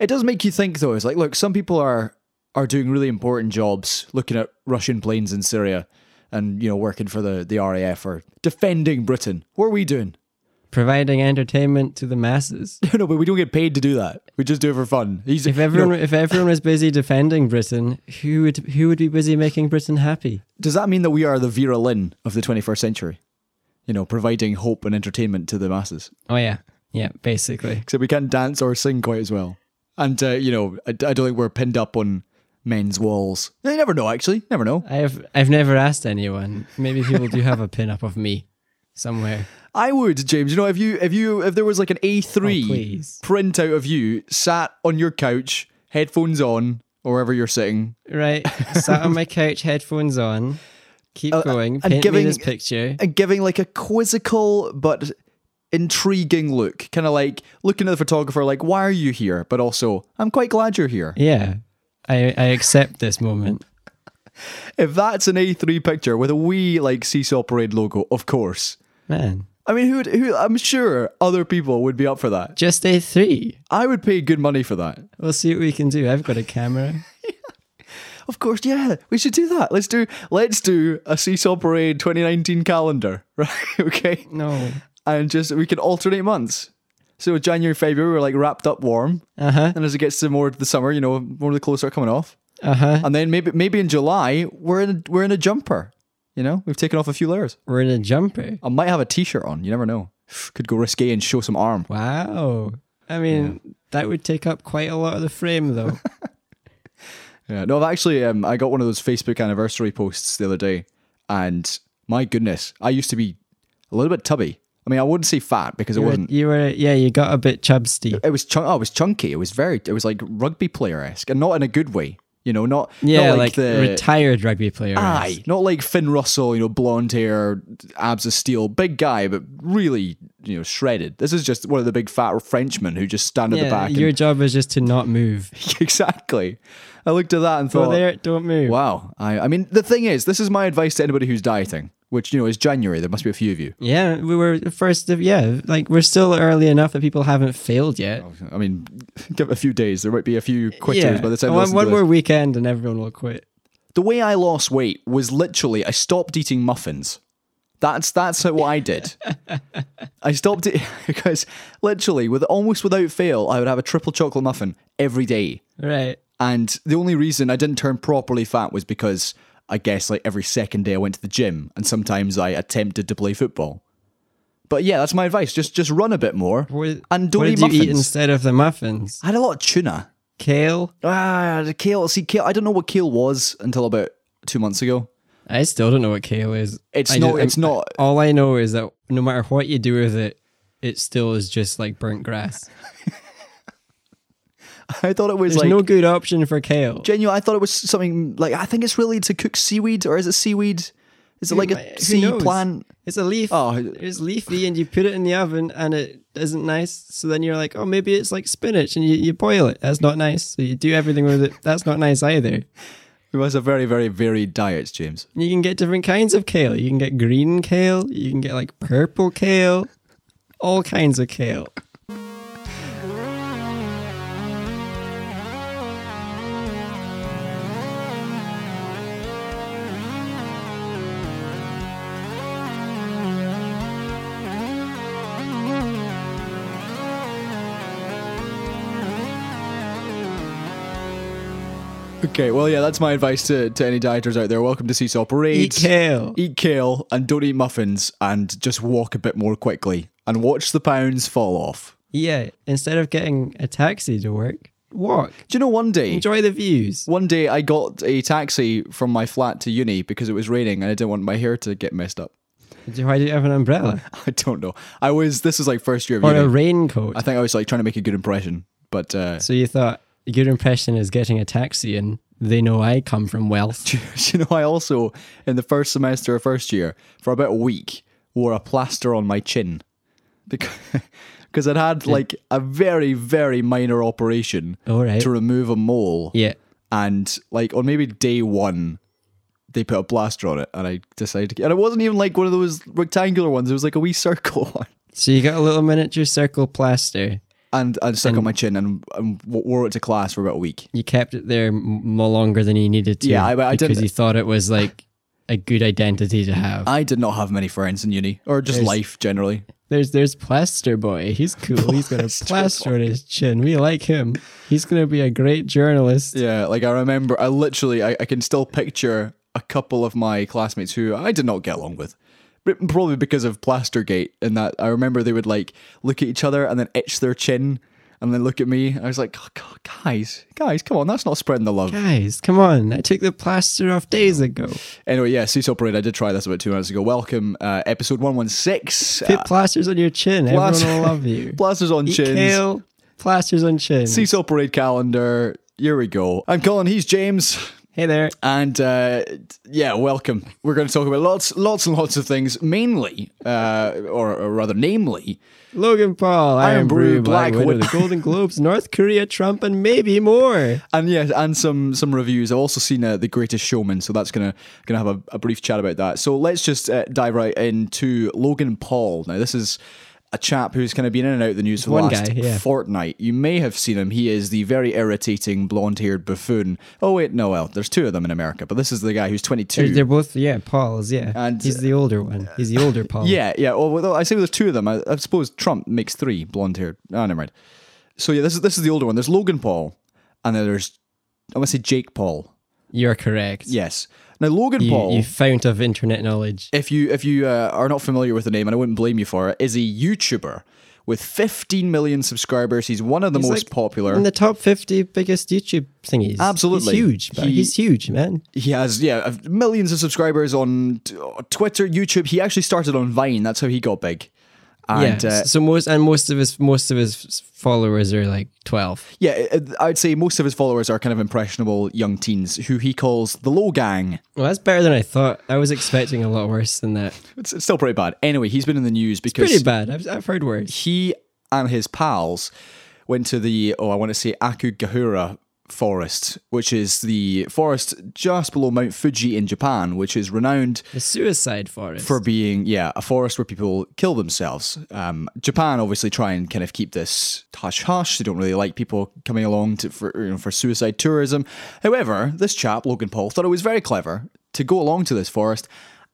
It does make you think though. It's like, look, some people are are doing really important jobs, looking at Russian planes in Syria, and you know, working for the the RAF or defending Britain. What are we doing? Providing entertainment to the masses. no, but we don't get paid to do that. We just do it for fun. He's, If you know, everyone if everyone was busy defending Britain, who would who would be busy making Britain happy? does that mean that we are the Vera Lynn of the 21st century? You know, providing hope and entertainment to the masses. Oh yeah, yeah, basically. Except we can't dance or sing quite as well. And uh, you know, I, I don't think we're pinned up on men's walls. You never know, actually. Never know. I have I've never asked anyone. Maybe people do have a pin up of me somewhere. I would, James. You know, if you if you if there was like an A Oh, three please. printout of you sat on your couch, headphones on, or wherever you're sitting, Right, sat on my couch, headphones on. Keep going. and Paint giving- me this picture. and giving like a quizzical but intriguing look, kind of like looking at the photographer, like, "Why are you here?" But also, I'm quite glad you're here. Yeah, I I accept this moment. If that's an A three picture with a wee like seesaw parade logo, of course. Man, I mean, who? would- Who? I'm sure other people would be up for that. just a three. I would pay good money for that. We'll see what we can do. I've got a camera. Of course, yeah, we should do that. Let's do let's do a seesaw parade 2019 calendar, right? okay, No. and just we can alternate months. So January, February, we're like wrapped up warm, Uh huh. and as it gets to more to the summer, you know, more of the clothes start coming off, Uh huh. and then maybe maybe in July we're in a, we're in a jumper. You know, we've taken off a few layers. We're in a jumper. I might have a t-shirt on. You never know. Could go risque and show some arm. Wow. I mean, that would take up quite a lot of the frame, though. Yeah, no, I've actually um, I got one of those Facebook anniversary posts the other day, and my goodness, I used to be a little bit tubby. I mean, I wouldn't say fat because it You were- wasn't. You were, yeah, you got a bit chubsty. It was chunk. I was chunky. It was very. It was like rugby player esque, and not in a good way. You know, not Yeah, not like, the Ah, retired rugby player. aye, not like Finn Russell. You know, blonde hair, abs of steel, big guy, but really you know shredded. This is just one of the big fat Frenchmen who just stand at the Yeah, back. your job is just to not move. and, exactly. I looked at that and Go thought, there, don't move. Wow. I, I mean, the thing is, this is my advice to anybody who's dieting, which, you know, is January. There must be a few of you. Yeah, we were the first. Of, yeah, like we're still early enough that people haven't failed yet. I mean, give it a few days. There might be a few quitters yeah, by the time you one, listen one to more Oh, this. weekend and everyone will quit. The way I lost weight was literally I stopped eating muffins. That's that's how what I did. I stopped it because literally, with almost without fail, I would have a triple chocolate muffin every day. Right. And the only reason I didn't turn properly fat was because I guess like every second day I went to the gym and sometimes I attempted to play football. But yeah, that's my advice. Just just run a bit more What, and don't what eat did you muffins. eat instead of the muffins? I had a lot of tuna. Kale. Ah, the kale. See, kale. I don't know what kale was until about two months ago. I still don't know what kale is. It's I not. just- it's not. All I know is that no matter what you do with it, it still is just like burnt grass. I thought it was There's like no good option for kale. genuine. I thought it was something like. I think it's really to cook seaweed, or is it seaweed? Is it like Who a sea knows? plant? It's a leaf. Oh. it's leafy, and you put it in the oven, and it isn't nice. So then you're like, oh, maybe it's like spinach, and you, you boil it. That's not nice. So you do everything with it. That's not nice either. It was a very, very varied diet, James. And you can get different kinds of kale. You can get green kale. You can get like purple kale. All kinds of kale. Okay, well, yeah, that's my advice to, to any dieters out there. Welcome to Seesaw Eat Parades. kale. Eat kale and don't eat muffins and just walk a bit more quickly and watch the pounds fall off. Yeah. Instead of getting a taxi to work, walk. Do you know one day, Enjoy the views. one day I got a taxi from my flat to uni because it was raining and I didn't want my hair to get messed up. Why do you have an umbrella I don't know. I was, this was like first year of or a uni. raincoat? I think I was like trying to make a good impression, but uh, So you thought your impression is getting a taxi and they know I come from wealth. you know, I also, in the first semester of first year, for about a week, wore a plaster on my chin. Because I'd had like a very, very minor operation All right. to remove a mole. Yeah. And like on maybe day one, they put a plaster on it. And I decided to get, and it wasn't even like one of those rectangular ones, it was like a wee circle one. So you got a little miniature circle plaster and and stuck on my chin and, and w- wore it to class for about a week. You kept it there m- more longer than you needed to. Yeah, I- I because didn't- you thought it was like a good identity to have. I did not have many friends in uni or just There's- life generally. There's there's Plaster Boy. He's cool. He's got a plaster on his chin. We like him. He's gonna be a great journalist. Yeah, like I remember, I literally, I, I can still picture a couple of my classmates who I did not get along with, but probably because of Plastergate. And that I remember they would like look at each other and then itch their chin and then look at me. I was like, "Oh, God, guys, guys, come on, that's not spreading the love. Guys, come on! I took the plaster off days ago. Anyway, yeah, Cecil Parade. I did try this about two minutes ago. Welcome, uh, episode one one six. Put plasters on your chin. Plaster- Everyone will love you. Blasters on Eat chins. kale. Plasters on chin. Cecil Parade calendar. Here we go. I'm Colin. He's James. Hey there. And uh, yeah, welcome. We're going to talk about lots, lots and lots of things, mainly, uh, or, or rather, namely, Logan Paul, Iron, Iron Brew, Brew, Black, Black Widow, Widow. the Golden Globes, North Korea, Trump, and maybe more. and yes, and some some reviews. I've also seen uh, The Greatest Showman, so that's gonna gonna have a, a brief chat about that. So let's just uh, dive right into Logan Paul. Now, this is a chap who's kind of been in and out of the news for the One last guy, yeah. fortnight. You may have seen him. He is the very irritating blonde-haired buffoon. Oh wait, no, well, there's two of them in America, but this is the guy who's 22. They're, they're both yeah, Paul's yeah. And- uh, he's the older one. He's the older Paul. Yeah, yeah. Well, well, I say there's two of them. I, I suppose Trump makes three blonde haired. Oh, never mind. So yeah, this is this is the older one. There's Logan Paul, and then there's I want to say Jake Paul. You're correct. Yes. Now Logan You, Paul, you fount of internet knowledge. if you if you uh, are not familiar with the name, and I wouldn't blame you for it, is a YouTuber with 15 million subscribers. He's one of the He's most like popular. in the top 50 biggest YouTube thingies. Absolutely. He's huge, but He- he's huge, man. he has yeah uh, millions of subscribers on t- uh, Twitter, YouTube. He actually started on Vine. That's how he got big. And yeah. uh, so most and most of his most of his followers are like 12. Yeah, uh, I'd say most of his followers are kind of impressionable young teens who he calls the low gang. Well, that's better than I thought. I was expecting a lot worse than that. It's, it's still pretty bad. Anyway, he's been in the news because Pretty bad. I've, I've heard worse. he and his pals went to the, oh, I want to say Akugahara Forest, which is the forest just below Mount Fuji in Japan, which is renowned The suicide forest. for being, yeah, a forest where people kill themselves. Um, Japan obviously try and kind of keep this hush hush. They don't really like people coming along to, for you know, for suicide tourism. However, this chap Logan Paul thought it was very clever to go along to this forest,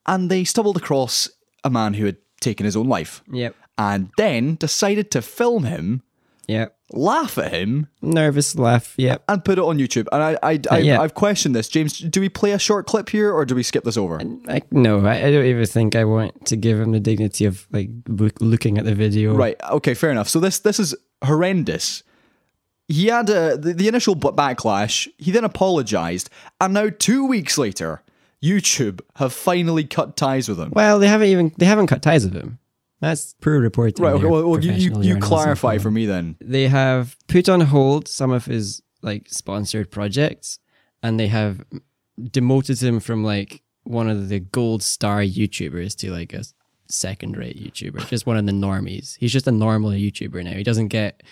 and they stumbled across a man who had taken his own life, yep. and then decided to film him, Yep. laugh at him, Nervous laugh. Yep. and put it on YouTube. And I, I, I yeah. I've questioned this, James. Do we play a short clip here, or do we skip this over? I, no, I, I don't even think I want to give him the dignity of like look, looking at the video. Right. Okay. Fair enough. So this this is horrendous. He had a, the, the initial b- backlash. He then apologized, and now two weeks later, YouTube have finally cut ties with him. Well, they haven't even they haven't cut ties with him. That's poor reporting. right. Okay, there, well, well, you you, professional you journalism. clarify for me then. They have put on hold some of his like sponsored projects, and they have demoted him from like one of the gold star YouTubers to like a second rate YouTuber, just one of the normies. He's just a normal YouTuber now. He doesn't get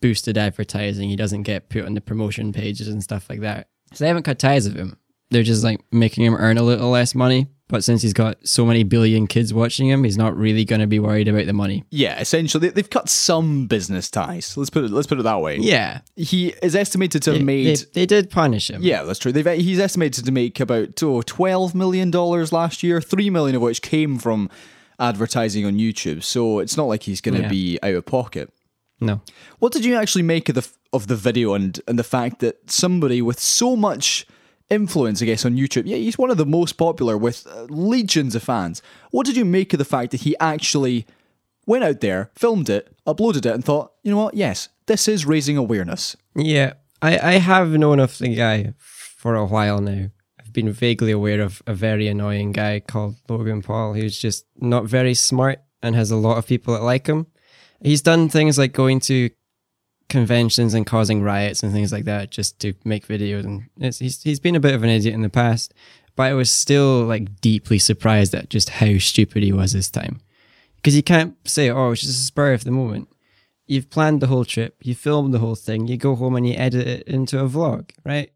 boosted advertising. He doesn't get put on the promotion pages and stuff like that. So they haven't cut ties with him. They're just like making him earn a little less money. But since he's got so many billion kids watching him, he's not really going to be worried about the money. Yeah. Essentially, they've cut some business ties. Let's put it let's put it that way. Yeah. He is estimated to have They, made. they did punish him. yeah, that's true. They've, he's estimated to make about oh, twelve million dollars last year, three million of which came from advertising on YouTube. So it's not like he's going to Yeah. be out of pocket. No. What did you actually make of the of the video and and the fact that somebody with so much influence, I guess, on YouTube, yeah, he's one of the most popular with uh, legions of fans. What did you make of the fact that he actually went out there, filmed it, uploaded it, and thought, you know what, yes, this is raising awareness. Yeah. I, I have known of the guy for a while now. I've been vaguely aware of a very annoying guy called Logan Paul who's just not very smart and has a lot of people that like him. He's done things like going to conventions and causing riots and things like that just to make videos and it's, he's, he's been a bit of an idiot in the past but i was still like deeply surprised at just how stupid he was this time because you can't say oh it's just a spur of the moment you've planned the whole trip you filmed the whole thing you go home and you edit it into a vlog right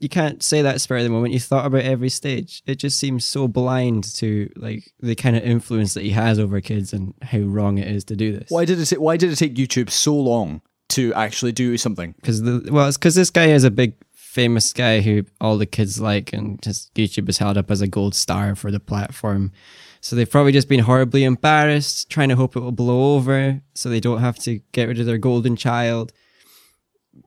you can't say that spur of the moment. You thought about every stage. It just seems so blind to like the kind of influence that he has over kids and how wrong it is to do this. Why did it? Why did it take YouTube so long to actually do something? Because the well, it's because this guy is a big famous guy who all the kids like, and his YouTube is held up as a gold star for the platform. So they've probably just been horribly embarrassed, trying to hope it will blow over, so they don't have to get rid of their golden child.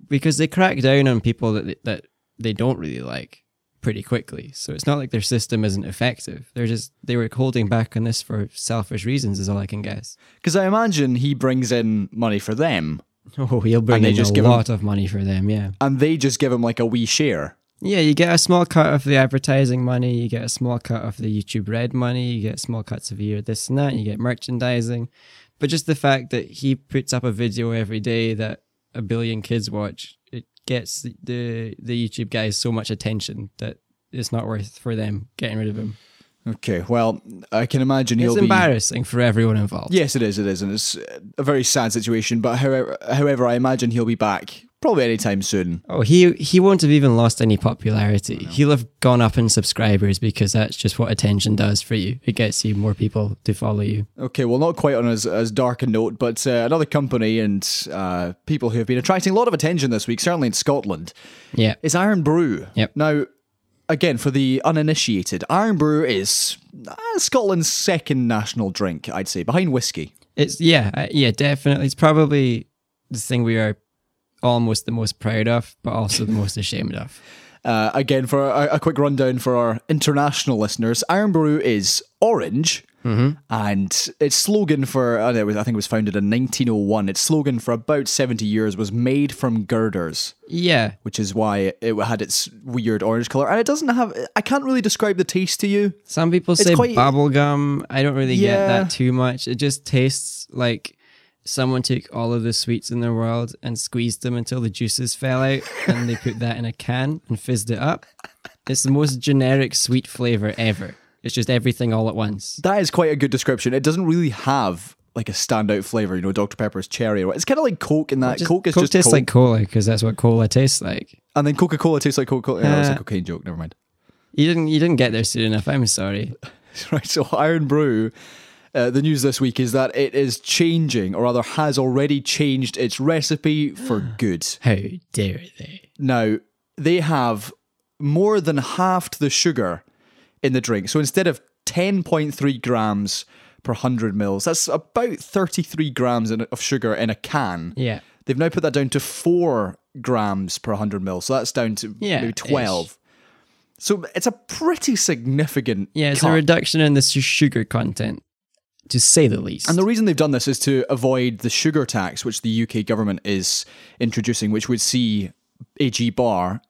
Because they crack down on people that that they don't really like pretty quickly. So it's not like their system isn't effective. They're just they were holding back on this for selfish reasons, is all I can guess. Because I imagine he brings in money for them, Oh, he'll bring And they in just a give 'em- lot of money for them, yeah. and they just give him like a wee share. Yeah, you get a small cut of the advertising money, you get a small cut of the YouTube Red money, you get small cuts of here, this and that, and you get merchandising. But just the fact that he puts up a video every day that a billion kids watch, it gets the the, the YouTube guys so much attention that it's not worth for them getting rid of him. Okay, well, I can imagine he'll It's be. embarrassing for everyone involved. Yes, it is. It is, and it's a very sad situation. But however, however, I imagine he'll be back probably anytime soon. Oh, he he won't have even lost any popularity. He'll have gone up in subscribers because that's just what attention does for you. It gets you more people to follow you. Okay, well, not quite on as, as dark a note, but uh, another company and uh, people who have been attracting a lot of attention this week, certainly in Scotland, Yeah. is Iron Brew. Yep. Now, again, for the uninitiated, Iron Brew is uh, Scotland's second national drink, I'd say, behind whiskey. It's yeah, I- yeah, definitely. It's probably the thing we are almost the most proud of, but also the most ashamed of. Uh, again, for a, a quick rundown for our international listeners, Iron Brew is orange, Mm-hmm. and its slogan for I, don't know, it was- I think it was founded in 1901. Its slogan for about 70 years was "Made from girders," Yeah, which is why it had its weird orange color, and it doesn't have. I can't really describe the taste to you. some people say quite- bubblegum. I don't really get Yeah. that too much. It just tastes like someone took all of the sweets in the world and squeezed them until the juices fell out, and they put that in a can and fizzed it up. It's the most generic sweet flavor ever. It's just everything all at once. That is quite a good description. It doesn't really have like a standout flavor, you know, Dr Pepper's cherry. or- It's kind of like Coke in that Coke is Coke just tastes Coke, like cola because that's what cola tastes like. and then Coca Cola tastes like Coca Cola. Yeah, it's a Uh, cocaine joke. Never mind. You didn't. You didn't get there soon enough. I'm sorry. Right, so Iron Brew, uh, the news this week is that it is changing, or rather has already changed its recipe for good. How dare they? Now, they have more than halved the sugar in the drink. So instead of 10.3 grams per 100 mils, that's about 33 grams in, of sugar in a can. Yeah. They've now put that down to 4 grams per 100 mils. So that's down to Yeah, maybe ish. 12. So it's a pretty significant Yeah, it's cut. a reduction in the su- sugar content, to say the least. And the reason they've done this is to avoid the sugar tax, which the UK government is introducing, which would see AG Bar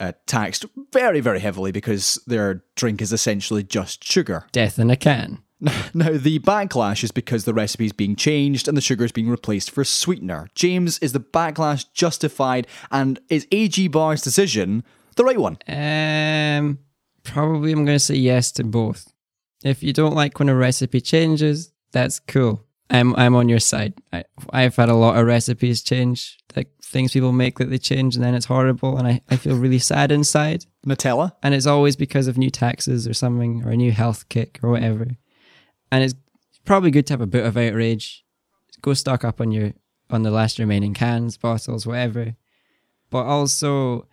uh, taxed very, very heavily because their drink is essentially just sugar. Death in a can. Now, the backlash is because the recipe is being changed and the sugar is being replaced for sweetener. James, is the backlash justified and is AG Bar's decision the right one? Um, probably I'm going to say yes to both. If you don't like when a recipe changes, that's cool. I'm I'm on your side. I, I've had a lot of recipes change, like things people make that they change, and then it's horrible, and I, I feel really sad inside. Nutella? and it's always because of new taxes or something or a new health kick or whatever. And it's probably good to have a bit of outrage. Go stock up on your on the last remaining cans, bottles, whatever. But also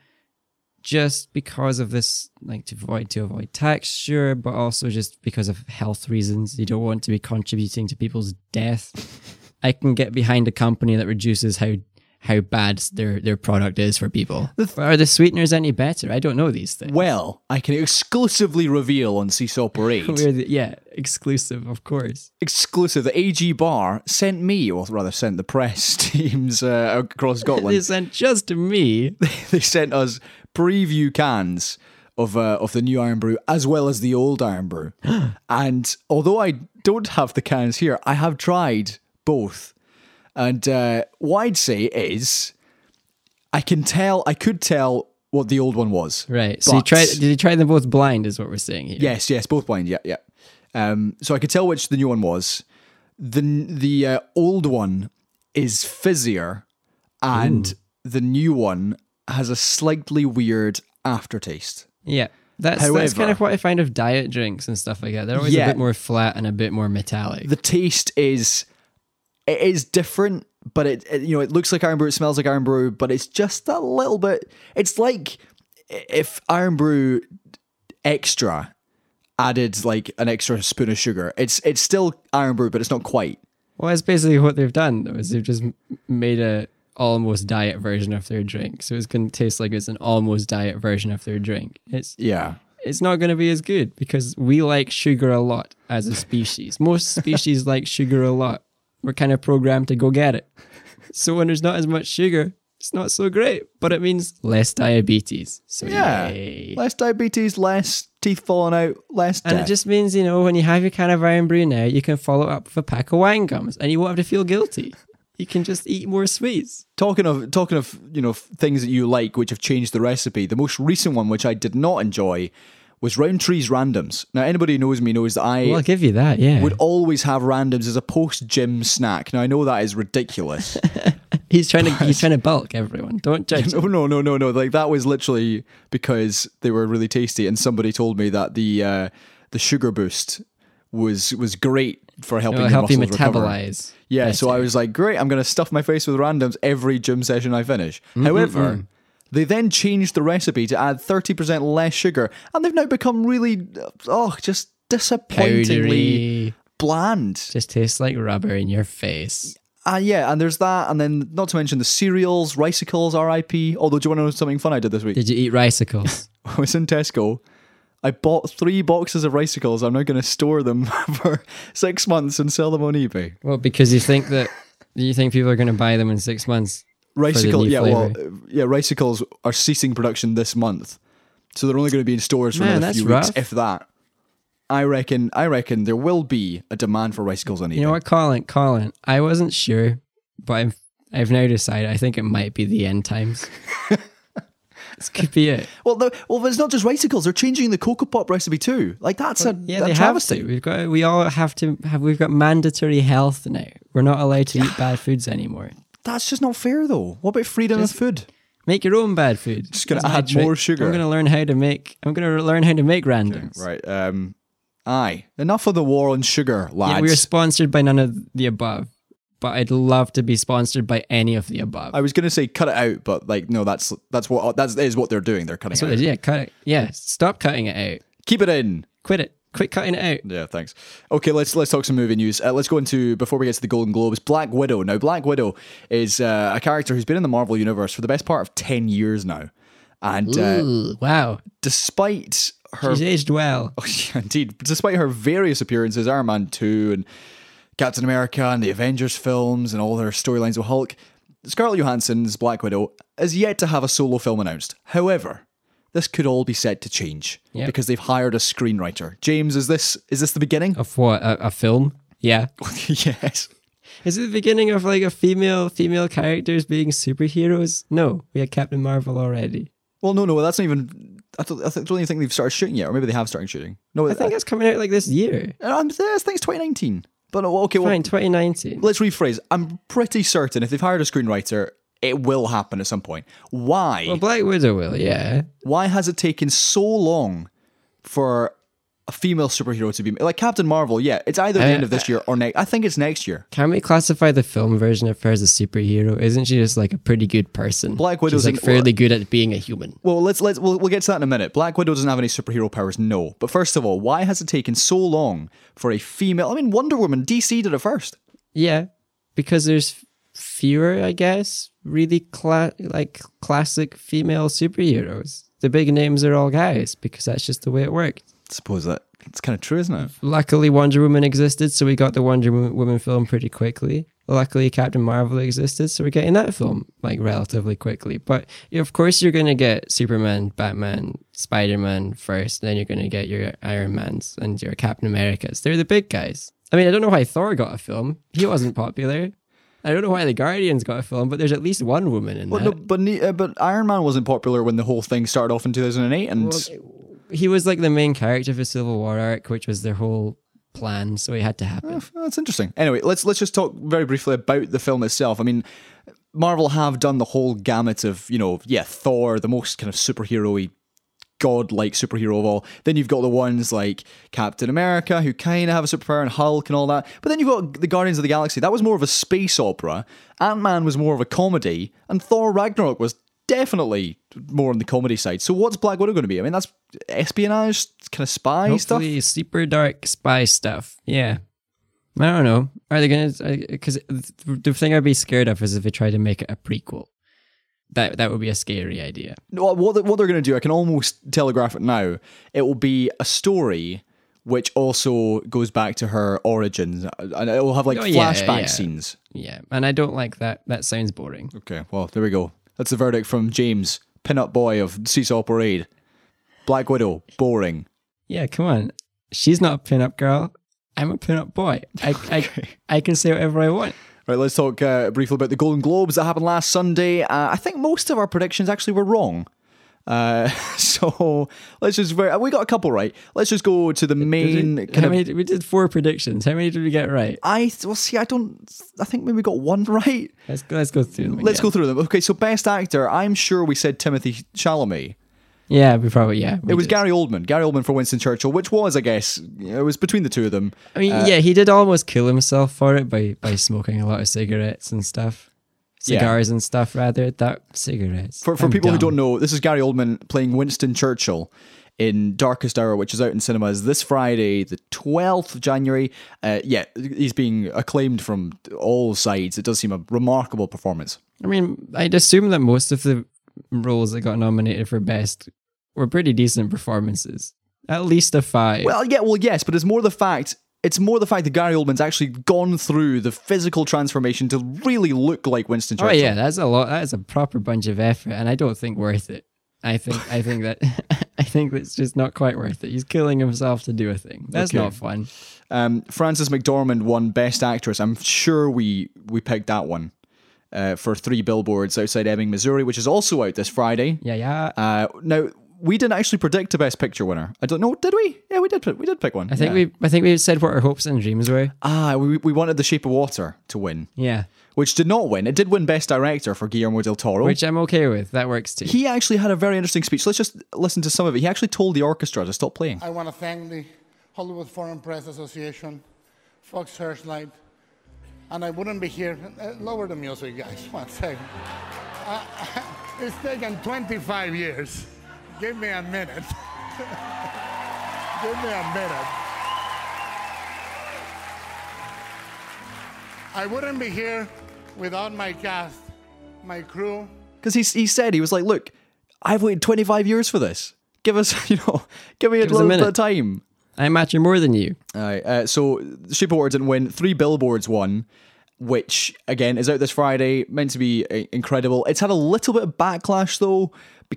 just because of this like to avoid to avoid tax, sure, but also just because of health reasons. You don't want to be contributing to people's death. I can get behind a company that reduces how how bad their their product is for people. Are the sweeteners any better? I don't know these things. Well, I can exclusively reveal on Seesaw Parade. We're the, yeah, exclusive, of course. exclusive that AG Bar sent me, or rather sent the press teams uh, across They Scotland. sent just to me. they sent us preview cans of uh, of the new Iron Brew as well as the old Iron Brew. and although I don't have the cans here, I have tried both. And uh, what I'd say is, I can tell, I could tell what the old one was. Right. So you But- tried? Did you try them both blind? Is what we're saying here. Yes, yes, both blind. Yeah, yeah. Um, so I could tell which the new one was. The the uh, old one is fizzier, and the new one has a slightly weird aftertaste. Yeah. That's, that's However- kind of what I find of diet drinks and stuff like that. They're always Yeah. a bit more flat and a bit more metallic. The taste is it is different, but it, it- you know it looks like Iron Brew, it smells like Iron Brew, but it's just a little bit. It's like if Iron Brew extra added like an extra spoon of sugar. It's it's still Iron Brew, but it's not quite. Well, that's basically what they've done, though, is they've just m- made a almost diet version of their drink. So it's going to taste like it's an almost diet version of their drink. It's Yeah. it's not going to be as good because we like sugar a lot as a species. Most species like sugar a lot. We're kind of programmed to go get it. So when there's not as much sugar, it's not so great, but it means less diabetes. So Yeah. yay. Less diabetes, less teeth falling out, less And death. it just means, you know, when you have your can of iron brew now, you can follow it up with a pack of wine gums and you won't have to feel guilty. You can just eat more sweets. talking of talking of you know f- things that you like which have changed the recipe the most recent one which i did not enjoy was roundtree's randoms now anybody who knows me knows that i Well, I'll give you that, yeah. would always have randoms as a post gym snack now i know that is ridiculous he's trying to he's trying to bulk everyone. Don't judge. no no no no no like that was literally because they were really tasty and somebody told me that the uh, the sugar boost was was great for helping It'll your help you muscles recover. metabolize. Yeah, so I was like, great, I'm going to stuff my face with randoms every gym session I finish. However, they then changed the recipe to add 30% less sugar, and they've now become really, oh, just disappointingly Powdery. bland. Just tastes like rubber in your face. Ah, yeah, and there's that, and then not to mention the cereals, ricicles, RIP. Although, do you want to know something fun I did this week? Did you eat ricicles? I was in Tesco. I bought three boxes of ricicles. I'm now going to store them for six months and sell them on eBay. well, because you think that you think people are going to buy them in six months. Ricycle, new yeah, well, flavour. uh, yeah, Ricicles are ceasing production this month, so they're only going to be in stores for Man, another that's few rough. weeks, if that. I reckon. I reckon there will be a demand for Ricicles on eBay. You know what, Colin? Colin, I wasn't sure, but I'm, I've now decided. I think it might be the end times. this could be it. Well, the, well, it's not just Ricicles. They're changing the Cocoa Pop recipe too. Like that's a Yeah, a they travesty. have to. We've got. We all have to have. We've got mandatory health now. We're not allowed to eat bad foods anymore. That's just not fair, though. What about freedom of food? Make your own bad food. Just gonna That's my add trick. more sugar. I'm gonna learn how to make. I'm gonna learn how to make randoms. Right. Um. Aye. Enough of the war on sugar, Yeah, lads. we are sponsored by none of the above, but I'd love to be sponsored by any of the above. I was going to say cut it out, but like no, that's that's what that's is what they're doing. They're cutting so it. out. yeah, cut it. Yeah, stop cutting it out. Keep it in. Quit it. Quit cutting it out. Yeah, thanks. Okay, let's let's talk some movie news. Uh, let's go into before we get to the Golden Globes. Black Widow. Now, Black Widow is uh, a character who's been in the Marvel universe for the best part of ten years now, and uh, Ooh, wow, despite her oh, she's aged well. indeed, despite her various appearances, Iron Man two and Captain America and the Avengers films and all her storylines with Hulk, Scarlett Johansson's Black Widow is yet to have a solo film announced. However, this could all be set to change Yeah. because they've hired a screenwriter. James, is this is this the beginning? Of what a, a film? Yeah, yes. is it the beginning of like a female female characters being superheroes? No, we had Captain Marvel already. Well, no, no, that's not even. I don't, I don't even think they've started shooting yet, or maybe they have started shooting. No, I think that's coming out like this year. I, am I think it's 2019. But no, okay, well, Fine, 2019. let's rephrase. I'm pretty certain if they've hired a screenwriter, it will happen at some point. Why? Well, Black Widow will, yeah. Why has it taken so long for a female superhero to be like Captain Marvel? Yeah, it's either the end of Uh, this year or next. I think it's next year. Can we classify the film version of her as a superhero? Isn't she just like a pretty good person? Black Widow's She's like an- fairly good at being a human. Well, let's let's we'll, we'll get to that in a minute. Black Widow doesn't have any superhero powers, no. But first of all, why has it taken so long for a female? I mean, Wonder Woman DC did it first. Yeah, because there's fewer, I guess, really cla- like classic female superheroes. The big names are all guys because that's just the way it worked. suppose that it's kind of true, isn't it? Luckily, Wonder Woman existed, so we got the Wonder Wo- Woman film pretty quickly. Luckily, Captain Marvel existed, so we're getting that film like relatively quickly. But yeah, of course, you're going to get Superman, Batman, Spider Man first, then you're going to get your Iron Mans and your Captain Americas. They're the big guys. I mean, I don't know why Thor got a film. He wasn't popular. I don't know why the Guardians got a film, but there's at least one woman in But that. no, but ne- uh, but Iron Man wasn't popular when the whole thing started off in 2008, and He was like the main character of the Civil War arc, which was their whole plan, so it had to happen. Well, Oh, that's interesting. Anyway, let's let's just talk very briefly about the film itself. I mean, Marvel have done the whole gamut of you know, yeah, Thor, the most kind of superhero-y godlike superhero of all. Then you've got the ones like Captain America, who kind of have a superpower, and Hulk and all that. But then you've got the Guardians of the Galaxy. That was more of a space opera. Ant Man was more of a comedy, and Thor Ragnarok was definitely more on the comedy side. So what's Black Widow going to be? I mean, that's espionage, kind of spy stuff. Hopefully, super dark spy stuff. Yeah. I don't know. Are they gonna? Because the thing I'd be scared of is if they try to make it a prequel. That that would be a scary idea. No, what they- what they're going to do, I can almost telegraph it now. It will be a story which also goes back to her origins, and it will have like Oh, yeah, flashback yeah. scenes. Yeah, and I don't like that. That sounds boring. Okay, well there we go. That's the verdict from James, pin-up boy of Seesaw Parade. Black Widow, boring. Yeah, come on. She's not a pin-up girl. I'm a pin-up boy. I I, I can say whatever I want. Right, let's talk uh, briefly about the Golden Globes that happened last Sunday. Uh, I think most of our predictions actually were wrong. Uh, so let's just we got a couple right. Let's just go to the main Did we, kind of how many, we did four predictions. How many did we get right? I well see. I don't. I think maybe we got one right. Let's go. Let's go through them. Let's again. go through them. Okay, so best actor. I'm sure we said Timothy Chalamet. Yeah, we probably yeah. It was Gary Oldman. Gary Oldman for Winston Churchill, which was, I guess, it was between the two of them. I mean, yeah, he did almost kill himself for it by by smoking a lot of cigarettes and stuff, Yeah. cigars and stuff rather. That cigarettes For for people who don't know, this is Gary Oldman playing Winston Churchill in Darkest Hour, which is out in cinemas this Friday, the 12th of January. Uh, yeah, he's being acclaimed from all sides. It does seem a remarkable performance. I mean, I'd assume that most of the roles that got nominated for best were pretty decent performances. At least a five. Well, yeah, well, yes, but it's more the fact. It's more the fact that Gary Oldman's actually gone through the physical transformation to really look like Winston oh Churchill. yeah, that's a lot. That's a proper bunch of effort, and I don't think worth it. I think I think that I think it's just not quite worth it. He's killing himself to do a thing. That's Okay. not fun. Um, Frances McDormand won Best Actress. I'm sure we we picked that one uh, for Three Billboards Outside Ebbing, Missouri, which is also out this Friday. Yeah, yeah. Uh, now we didn't actually predict a Best Picture winner. I don't know. Did we? Yeah, we did. pick- We did pick one. I think we I think we said what our hopes and dreams were. ah we we wanted The Shape of Water to win, Yeah. which did not win. It did win Best Director for Guillermo del Toro. Which I'm okay with. That works too. he actually had a very interesting speech. Let's just listen to some of it. He actually told the orchestra to stop playing. I want to thank the Hollywood Foreign Press Association, Fox Searchlight, and I wouldn't be here. Uh, lower the music, guys. One second. Uh, it's taken 25 years. Give me a minute. Give me a minute. I wouldn't be here without my cast, my crew, because he, he said he was like, "Look, I've waited 25 years for this. Give us, you know, give me a us a little bit of minute." time." I'm actually more than you. Alright, uh, so Shape of Water didn't win. Three Billboards won, which again is out this Friday. Meant to be uh, incredible. It's had a little bit of backlash though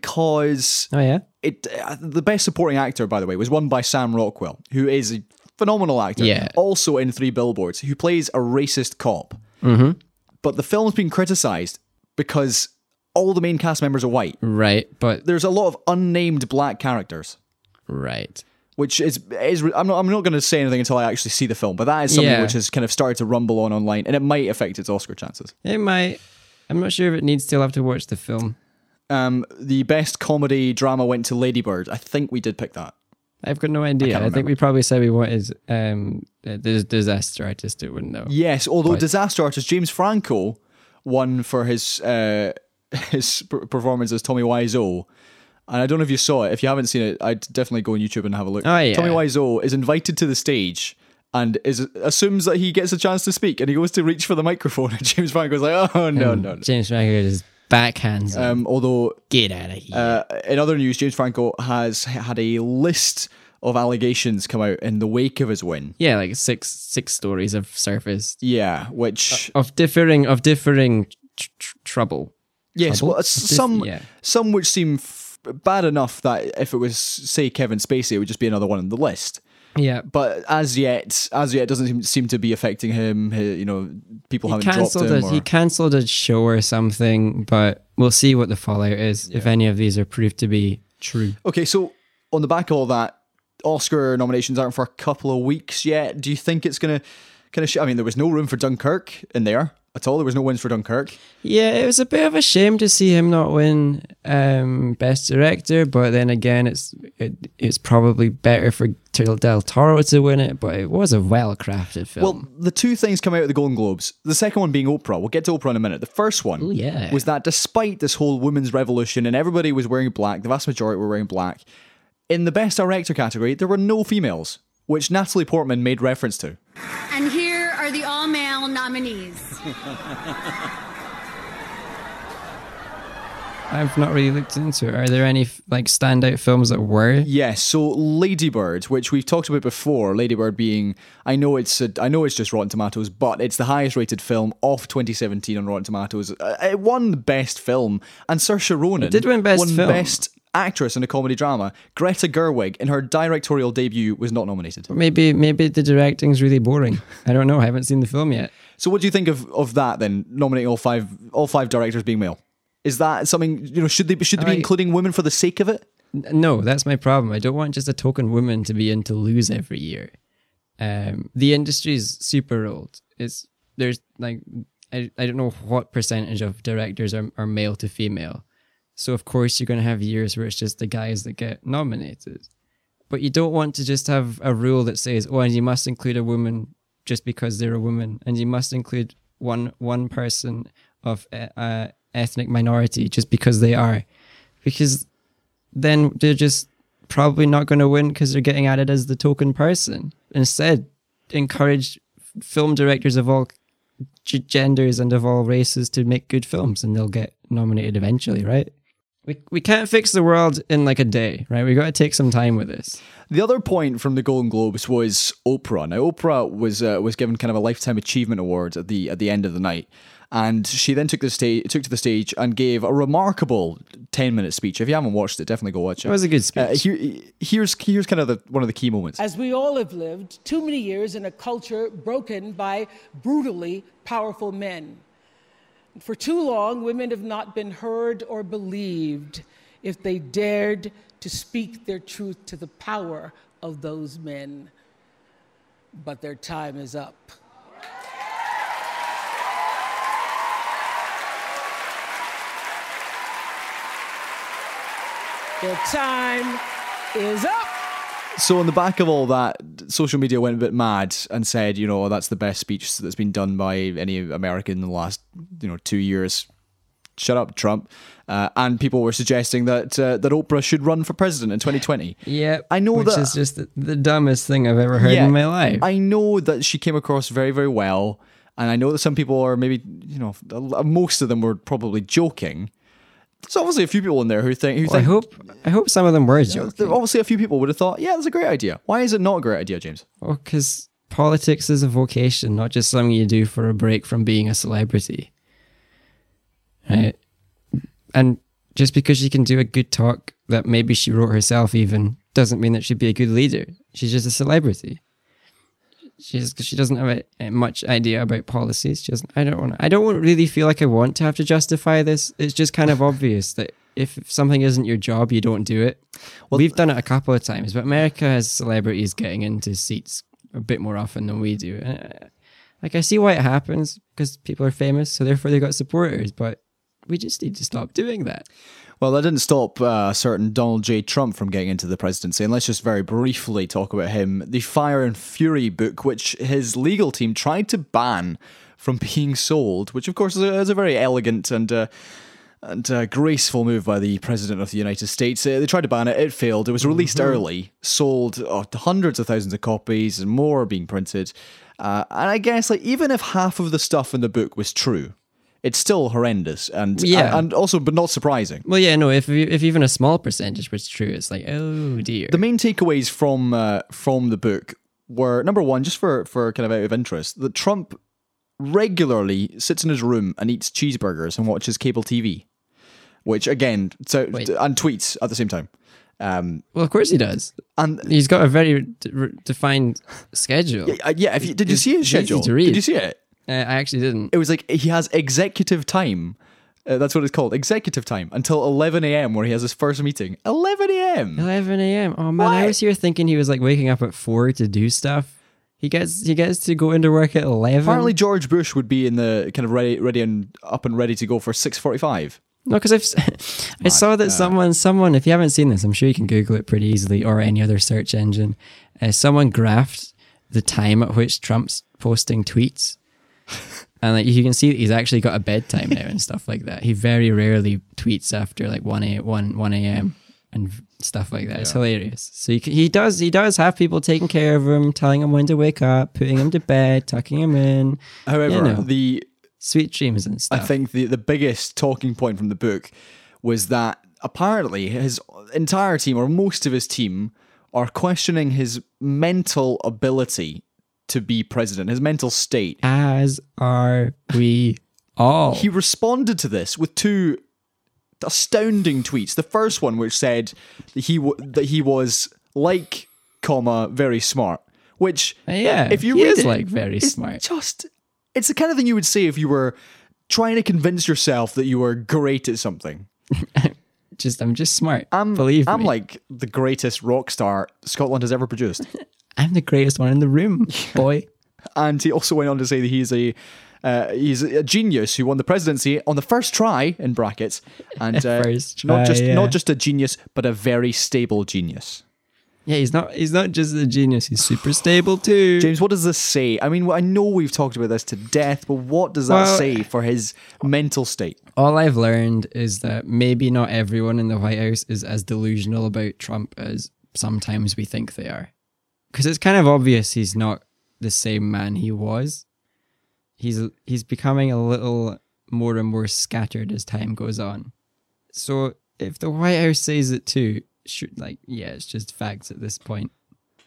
because Oh yeah. it uh, the best supporting actor by the way was won by Sam Rockwell, who is a phenomenal actor. Yeah. Also in Three Billboards, who plays a racist cop. Mm-hmm. But the film's been criticised because all the main cast members are white. Right, but there's a lot of unnamed black characters, right. which is is I'm not I'm not going to say anything until I actually see the film, but that is something Yeah. which has kind of started to rumble on online, and it might affect its Oscar chances. It might I'm not sure if it needs to I'll have to watch the film. Um, the best comedy drama went to Ladybird. I think we did pick that. I've got no idea. I, think we probably said we wanted um uh, there's disaster artist it wouldn't know. Yes, although disaster artist James Franco won for his uh, his per- performance as Tommy Wiseau. And I don't know if you saw it. If you haven't seen it, I'd definitely go on YouTube and have a look. Oh, yeah. Tommy Wiseau is invited to the stage and is assumes that he gets a chance to speak, and he goes to reach for the microphone, and James Franco's like, "Oh no, Hmm. no." no. James Franco just backhands him. Um, although Get out of here. uh, in other news, James Franco has had a list of allegations come out in the wake of his win. yeah, like six six stories have surfaced Yeah, which of differing of differing tr- tr- trouble. Yes, trouble. well, uh, Dis- some yeah. some which seem f- bad enough that if it was say Kevin Spacey, it would just be another one on the list. Yeah, But as yet, as yet, it doesn't seem- seem to be affecting him. He- you know, people haven't dropped cancelled him. a, Or, he cancelled a show or something, but we'll see what the fallout is if any of these are proved to be true. okay, so on the back of all that, Oscar nominations aren't for a couple of weeks yet. Do you think it's gonna kind of? Sh- I mean, there was no room for Dunkirk in there. at all. There was no wins for Dunkirk. Yeah, it was a bit of a shame to see him not win um, best director, but then again, it's it, it's probably better for Til- Del Toro to win it. But it was a well crafted film. Well, the two things come out of the Golden Globes. The second one being Oprah. We'll get to Oprah in a minute. The first one Ooh, yeah. was that despite this whole women's revolution and everybody was wearing black, the vast majority were wearing black, in the Best Director category, there were no females, which Natalie Portman made reference to. And here are the all male nominees. I've not really looked into it. Are there any like standout films that were? Yes, so Ladybird, which we've talked about before, Ladybird being I know it's a, I know it's just Rotten Tomatoes, but it's the highest rated film of 2017 on Rotten Tomatoes. Uh, It won best film and Saoirse Ronan did win Best won Film. best actress in a comedy drama. Greta Gerwig in her directorial debut was not nominated. Maybe maybe the directing's really boring. I don't know. I haven't seen the film yet. So what do you think of of that then nominating all five all five directors being male? Is that something you know should they should they be I- including women for the sake of it? N- No, that's my problem. I don't want just a token woman to be in to lose every year. Um, the industry's super old. It's there's like I, I don't know what percentage of directors are, are male to female. So of course you're gonna have years where it's just the guys that get nominated. But you don't want to just have a rule that says, oh, and you must include a woman just because they're a woman, and you must include one one person of uh, uh, ethnic minority just because they are, because then they're just probably not going to win because they're getting at it as the token person. Instead, encourage f- film directors of all g- genders and of all races to make good films, and they'll get nominated eventually, right? We, we can't fix the world in like a day, right? We got to take some time with this. The other point from the Golden Globes was Oprah. Now, Oprah was uh, was given kind of a lifetime achievement award at the at the end of the night, and she then took the stage took to the stage and gave a remarkable ten minute speech. If you haven't watched it, definitely go watch it. It was a good speech. Uh, here, here's here's kind of the one of the key moments. As we all have lived too many years in a culture broken by brutally powerful men. For too long, women have not been heard or believed if they dared to speak their truth to the power of those men. But their time is up. Their time is up. So on the back of all that, social media went a bit mad and said, you know, oh, that's the best speech that's been done by any American in the last, you know, two years. Shut up, Trump. Uh, and people were suggesting that uh, that Oprah should run for president in 2020. yeah, I know which that- is just the, the dumbest thing I've ever heard in my life. I know that she came across very, very well, and I know that some people are maybe, you know, most of them were probably joking. There's obviously a few people in there who think who Well, I think hope I hope some of them were joking. there obviously a few people would have thought, yeah, that's a great idea. Why is it not a great idea, James? Well, because Oh, politics is a vocation, not just something you do for a break from being a celebrity. Right? And just because she can do a good talk that maybe she wrote herself, even, doesn't mean that she'd be a good leader. She's just a celebrity. She's, she doesn't have a, a much idea about policies. She doesn't. I don't want. I don't really feel like I want to have to justify this. It's just kind of obvious that if something isn't your job, you don't do it. We've done it a couple of times, but America has celebrities getting into seats a bit more often than we do. And, uh, Like I see why it happens because people are famous, so therefore they got supporters. But we just need to stop doing that. Well, that didn't stop uh, certain Donald J. Trump from getting into the presidency. And let's just very briefly talk about him. The Fire and Fury book, which his legal team tried to ban from being sold, which, of course, is a, is a very elegant and. Uh, and uh, graceful move by the president of the United States. Uh, they tried to ban it; it failed. It was released early, sold oh, hundreds of thousands of copies, and more are being printed. Uh, and I guess, like, even if half of the stuff in the book was true, it's still horrendous, and Yeah. and also, but not surprising. Well, yeah, no. If if even a small percentage was true, it's like oh dear. the main takeaways from uh, from the book were number one, just for for kind of out of interest, that Trump regularly sits in his room and eats cheeseburgers and watches cable TV, which again, so Wait. and tweets at the same time. Um, well, of course he does. and He's got a very d- r- defined schedule. uh, yeah, if you, did you It's see his easy to schedule? read. Did you see it? Uh, I actually didn't. It was like he has executive time. Uh, that's what it's called, executive time, until 11 a.m. where he has his first meeting. 11 a.m. 11 a.m. Oh man, I was here thinking he was like waking up at four to do stuff. He gets he gets to go into work at eleven. Apparently, George Bush would be in the kind of ready, ready and up and ready to go for six forty-five. no, because I've s- I saw that someone someone if you haven't seen this, I'm sure you can Google it pretty easily or any other search engine. Uh, someone graphed the time at which Trump's posting tweets, and like you can see that he's actually got a bedtime now and stuff like that. He very rarely tweets after like one a one one a.m. and v- stuff like that. It's hilarious. So you can, he does he does have people taking care of him, telling him when to wake up, putting him to bed, tucking him in. However, you know, the sweet dreams and stuff. I think the, the biggest talking point from the book was that apparently his entire team or most of his team are questioning his mental ability to be president, his mental state. as are we all. He responded to this with two astounding tweets. The first one which said that he w- that he was like comma very smart, which yeah, if you he read is it, like very it's smart. Just it's the kind of thing you would say if you were trying to convince yourself that you were great at something. Just I'm just smart. I'm, Believe I'm me, like the greatest rock star Scotland has ever produced. I'm the greatest one in the room, boy. and he also went on to say that he's a uh, he's a genius who won the presidency on the first try in brackets, and uh, First not try, just yeah. not just a genius, but a very stable genius. Yeah, he's not. He's not just a genius. He's super stable too. James, what does this say? I mean, I know we've talked about this to death, but what does that Well- say for his mental state? All I've learned is that maybe not everyone in the White House is as delusional about Trump as sometimes we think they are. Because it's kind of obvious he's not the same man he was. He's he's becoming a little more and more scattered as time goes on. So if the White House says it too, should like yeah, it's just facts at this point.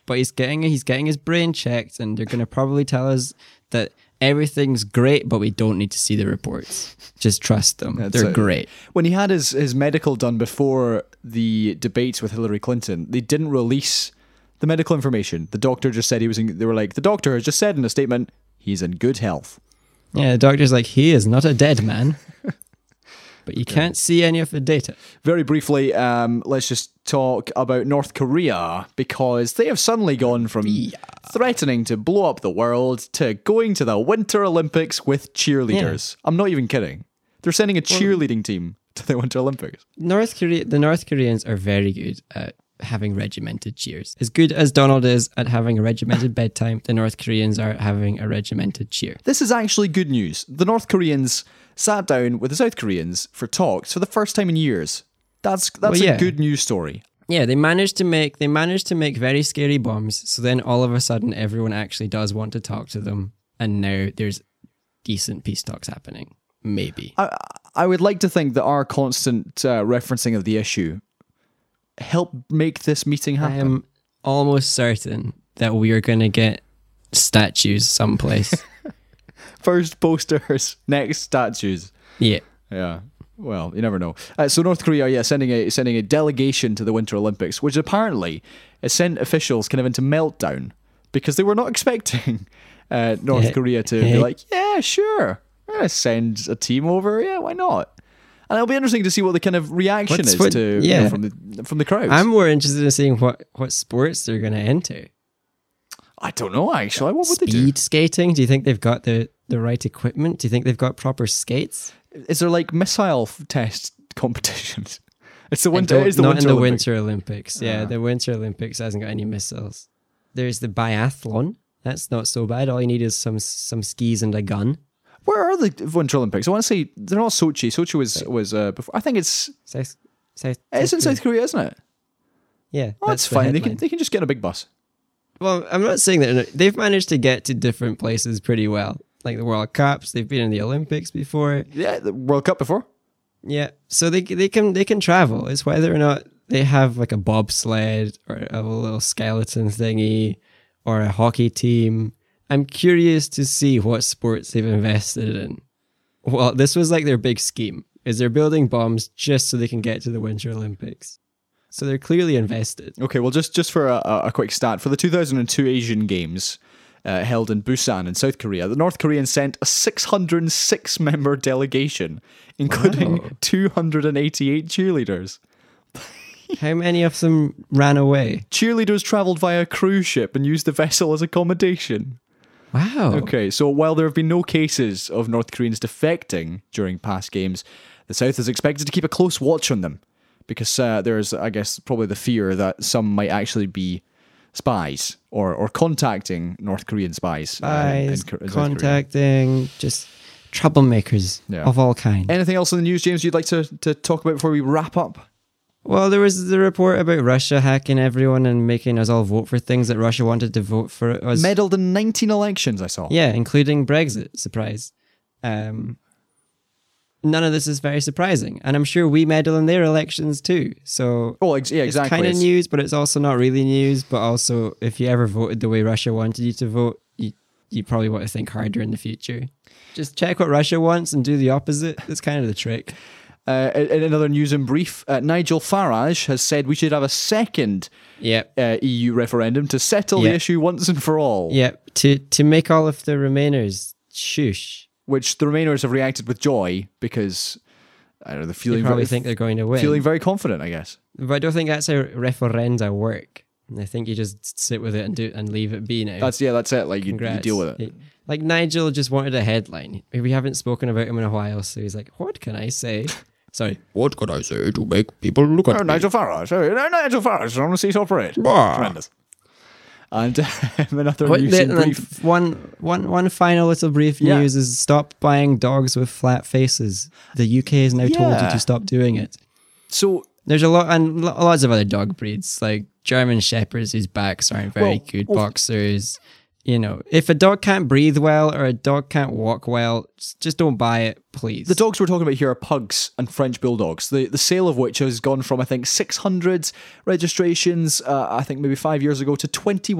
But he's getting he's getting his brain checked, and they're gonna probably tell us that everything's great, but we don't need to see the reports. Just trust them; they're it. great. When he had his, his medical done before the debates with Hillary Clinton, they didn't release the medical information. The doctor just said he was in, they were like, the doctor has just said in a statement, he's in good health. Yeah, the doctor's like he is not a dead man, but you can't see any of the data. Very briefly, um, let's just talk about North Korea because they have suddenly gone from threatening to blow up the world to going to the Winter Olympics with cheerleaders. I'm not even kidding. They're sending a cheerleading team to the Winter Olympics. North Korea, the North Koreans are very good at having regimented cheers. As good as Donald is at having a regimented bedtime, the North Koreans are at having a regimented cheer. This is actually good news. The North Koreans sat down with the South Koreans for talks for the first time in years. That's that's Well, a yeah. good news story. Yeah, they managed to make they managed to make very scary bombs. So then all of a sudden everyone actually does want to talk to them and now there's decent peace talks happening. Maybe. I, I would like to think that our constant uh, referencing of the issue helped make this meeting I happen. am almost certain that we are going to get statues someplace. First posters, next statues. yeah. Yeah. Well, you never know. Uh, so North Korea, yeah, sending a sending a delegation to the Winter Olympics, which apparently has sent officials kind of into meltdown because they were not expecting uh, North Yeah. Korea to be Yeah. like, yeah, sure, we're gonna send a team over, yeah, why not? And it'll be interesting to see what the kind of reaction What's is what- to you know, yeah. from the from the crowds. I'm more interested in seeing what what sports they're going to enter. I don't know actually. What would Speed skating? Do you think they've got the the right equipment? Do you think they've got proper skates? they do? Is there like missile f- test competitions? It's the I winter. don't- It's the not winter Ah. in the Olympics. Winter Olympics. Yeah, the Winter Olympics hasn't got any missiles. There's the biathlon. That's not so bad. All you need is some some skis and a gun. Where are the Winter Olympics? I want to say they're not Sochi. Sochi was was uh, before. I think it's South, South, it's South in South Korea, isn't it? Yeah, Oh, that's, the fine. They can headline. they can just get in a big bus. Well, I'm not saying that they've managed to get to different places pretty well. Like the World Cups, they've been in the Olympics before. Yeah, the World Cup before. Yeah, so they they can they can travel. It's whether or not they have like a bobsled or a little skeleton thingy or a hockey team. I'm curious to see what sports they've invested in. Well, this was like their big scheme. Is they're building bombs just so they can get to the Winter Olympics. So they're clearly invested. Okay, well, just just for a, a a quick stat for the 2002 Asian Games. Uh, held in Busan in South Korea, the North Koreans sent a 606 member delegation, including 288 cheerleaders. How many of them ran away? Cheerleaders travelled via a cruise ship and used the vessel as accommodation. Wow. Okay, so while there have been no cases of North Koreans defecting during past games, the South is expected to keep a close watch on them because uh, there's, I guess, probably the fear that some might actually be spies or, or contacting North Korean spies. uh, in- in Spies, Kor- in South Korea. contacting, just troublemakers Yeah. of all kinds. Anything else in the news, James, you'd like to, to talk about before we wrap up? Well, there was the report about Russia hacking everyone and making us all vote for things that Russia wanted to vote for us. Meddled in 19 elections, I saw. yeah, including Brexit. Surprise. Um, none of this is very surprising, and I'm sure we meddle in their elections too. So, Oh, ex- yeah, exactly. It's kind of It's- news, but it's also not really news. But also, if you ever voted the way Russia wanted you to vote, you you probably want to think harder in the future. Just check what Russia wants and do the opposite. That's kind of the trick. Uh, in in other news in brief, uh, Nigel Farage has said we should have a second Yep. uh, EU referendum to settle the Yeah. issue once and for all. Yep. To to make all of the remainers shush. Which the Remainers have reacted with joy because I don't know, they're They feeling probably very, think they're going to win. feeling very confident, I guess. But I don't think that's how referenda work. And I think you just sit with it and do and leave it be now. That's yeah, that's it. Like you, you Congrats. deal with it. He- Like Nigel just wanted a headline. We haven't spoken about him in a while, so he's like, "What can I say?" Sorry, What could I say to make people look at Oh, Nigel Farage! Oh, no, Nigel Farage! I want to see it operate. Bah. Tremendous. And um, another What- news the- in and then brief. f- one, one, one final little brief Yeah. news is stop buying dogs with flat faces. The UK has now told you Yeah. to stop doing it. So There's a lot and lo- lots of other dog breeds like German shepherds whose backs aren't very Well, good well- boxers. You know, if a dog can't breathe well or a dog can't walk well, s- just don't buy it, please. The dogs we're talking about here are pugs and French bulldogs. The the sale of which has gone from I think 600 registrations, uh, I think maybe five years ago, to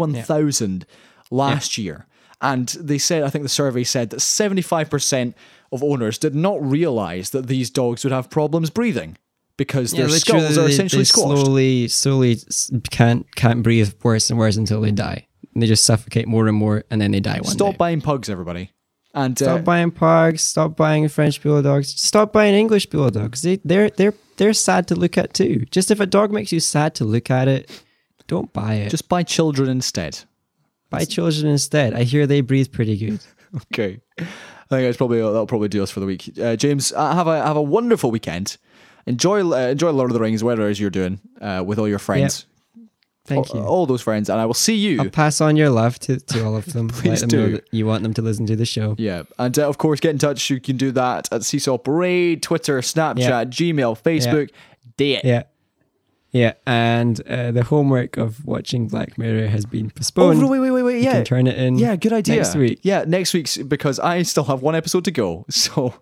21,000 last year. And they said, I think the survey said that 75% of owners did not realise that these dogs would have problems breathing because Yeah, their literally, skulls are they- essentially they squashed. slowly, slowly s- can't can't breathe worse and worse until they die. And they just suffocate more and more, and then they die one Stop day. buying pugs, everybody. And uh, Stop buying pugs. Stop buying French bulldogs. Stop buying English bulldogs. They, they're they're they're sad to look at too. Just if a dog makes you sad to look at it, don't buy it. Just just buy children instead. buy children instead. I hear they breathe pretty good. Okay, I think that's probably that'll probably do us for the week. Uh, James, uh, have a have a wonderful weekend. Enjoy uh, enjoy Lord of the Rings, whatever it is you're doing uh, with all your friends, Thank all, you. all those friends, and I will see you. I'll pass on your love to, to all of them. Please Let them do. know that you want them to listen to the show. yeah, and uh, of course, get in touch. You can do that at Seesaw Parade, Twitter, Snapchat, Gmail, Facebook. Do it. Yeah. Yeah, and uh, the homework of watching Black Mirror has been Oh, postponed. wait, wait, wait, wait. You Yeah. can turn it in Yeah, good idea. next week. Yeah, next week's because I still have one episode to go. So,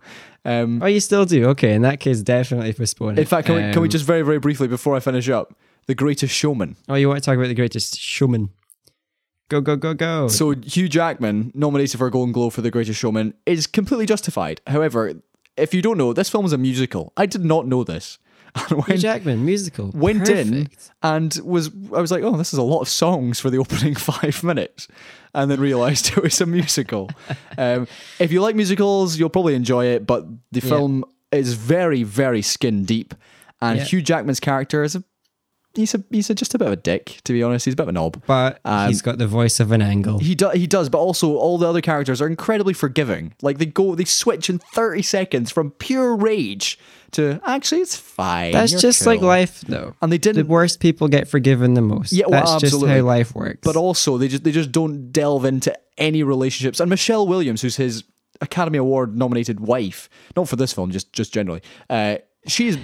um, Oh, you still do? Okay, in that case, definitely postpone it. in fact, can, we, can we Um, just very, very briefly before I finish up, The Greatest Showman? Oh, you want to talk about the greatest showman? Go, go, go, go. So Hugh Jackman, nominated for a Golden Globe for The Greatest Showman, is completely justified. However, if you don't know, this film is a musical. I did not know this. And Hugh when, Jackman, musical. went in Perfect. and was I was like, oh, this is a lot of songs for the opening five minutes, and then realised it was a musical. um, if you like musicals, you'll probably enjoy it, but the film is very, very skin deep, and Yeah. Hugh Jackman's character is a he's a he's a, just a bit of a dick, to be honest. He's a bit of a knob, But Um, he's got the voice of an angle. he does. He does, but also all the other characters are incredibly forgiving. Like they go, they switch in thirty seconds from pure rage to actually it's fine. That's you're just like cool." life, though. And they The didn't. worst people get forgiven the most. Yeah, well, That's just absolutely. how life works. but also, they just they just don't delve into any relationships. And Michelle Williams, who's his Academy Award nominated wife, not for this film, just just generally, uh, she is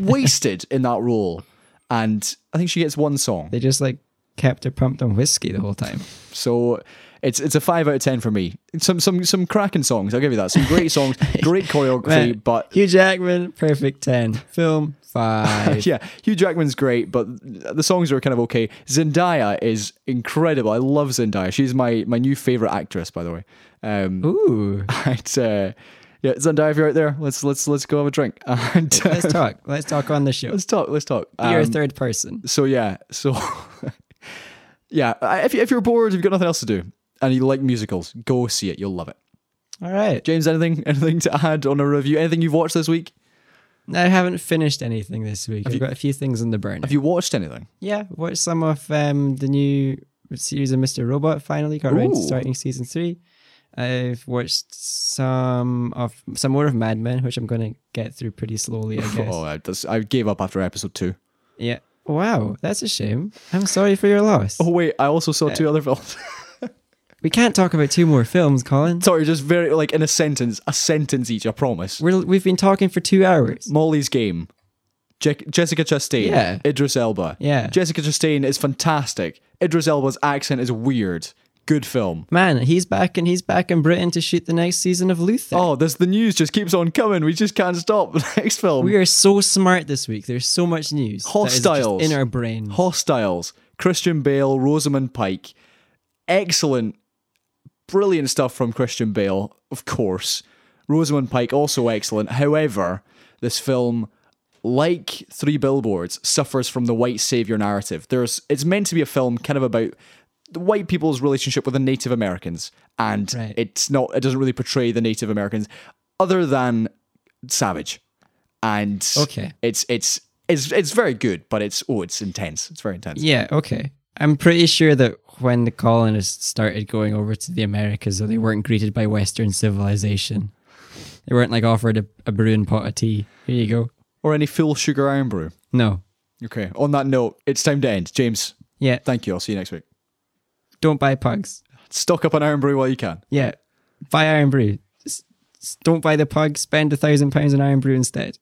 wasted in that role, and I think she gets one song. they just like kept her pumped on whiskey the whole time. So it's it's a five out of ten for me. Some some some cracking songs. I'll give you that. Some great songs, great choreography, Man, but Hugh Jackman, perfect ten. Film five. yeah, Hugh Jackman's great, but the songs are kind of okay. Zendaya is incredible. I love Zendaya. She's my my new favorite actress, by the way. Um, Ooh. and, uh, yeah, Zendaya, if you're out there, let's let's let's go have a drink and uh, Let's talk. Let's talk on the show. let's talk. Let's talk. You're a Um, third person. so yeah, so yeah. I- If you- if you're bored, if you've got nothing else to do, and you like musicals, go see it. You'll love it. All right. James, anything anything to add on a review? Anything you've watched this week? No, I haven't finished anything this week. I've got a few things in the burner. Have you watched anything? yeah, watched some of um, the new series of Mr. Robot finally. Got around to Ooh. starting season three. I've watched some of some more of Mad Men, which I'm going to get through pretty slowly, I guess. Oh, I, that's- I gave up after episode two. Yeah. Wow, that's a shame. I'm sorry for your loss. Oh wait, I also saw Uh, two other films. We can't talk about two more films, Colin. Sorry, just very like in a sentence, a sentence each. I promise. We're, we've been talking for two hours. Molly's Game. Je- Jessica Chastain. Yeah. Idris Elba. Yeah. Jessica Chastain is fantastic. Idris Elba's accent is weird. Good film. Man, he's back and he's back in Britain to shoot the next season of Luther. Oh, this the news just keeps on coming. We just can't stop. Next film. We are so smart this week. There's so much news. that is just Hostiles in our brain. Hostiles. Christian Bale, Rosamund Pike. Excellent, brilliant stuff from Christian Bale, of course. Rosamund Pike also excellent. However, this film, like Three Billboards, suffers from the white savior narrative. There's it's meant to be a film kind of about the white people's relationship with the Native Americans, and Right. it's not. It doesn't really portray the Native Americans, other than Savage and Okay. it's it's it's it's very good, but it's oh, it's intense. It's very intense. Yeah, okay. I'm pretty sure that when the colonists started going over to the Americas, though, they weren't greeted by Western civilization. They weren't like offered a, a brewing pot of tea. Here you go. Or any full sugar iron brew. No. Okay. On that note, it's time to end. James, Yeah. thank you. I'll see you next week. Don't buy pugs. Stock up on iron brew while you can. Yeah. Buy iron brew. Just, just don't buy the pug. Spend a thousand pounds on iron brew instead.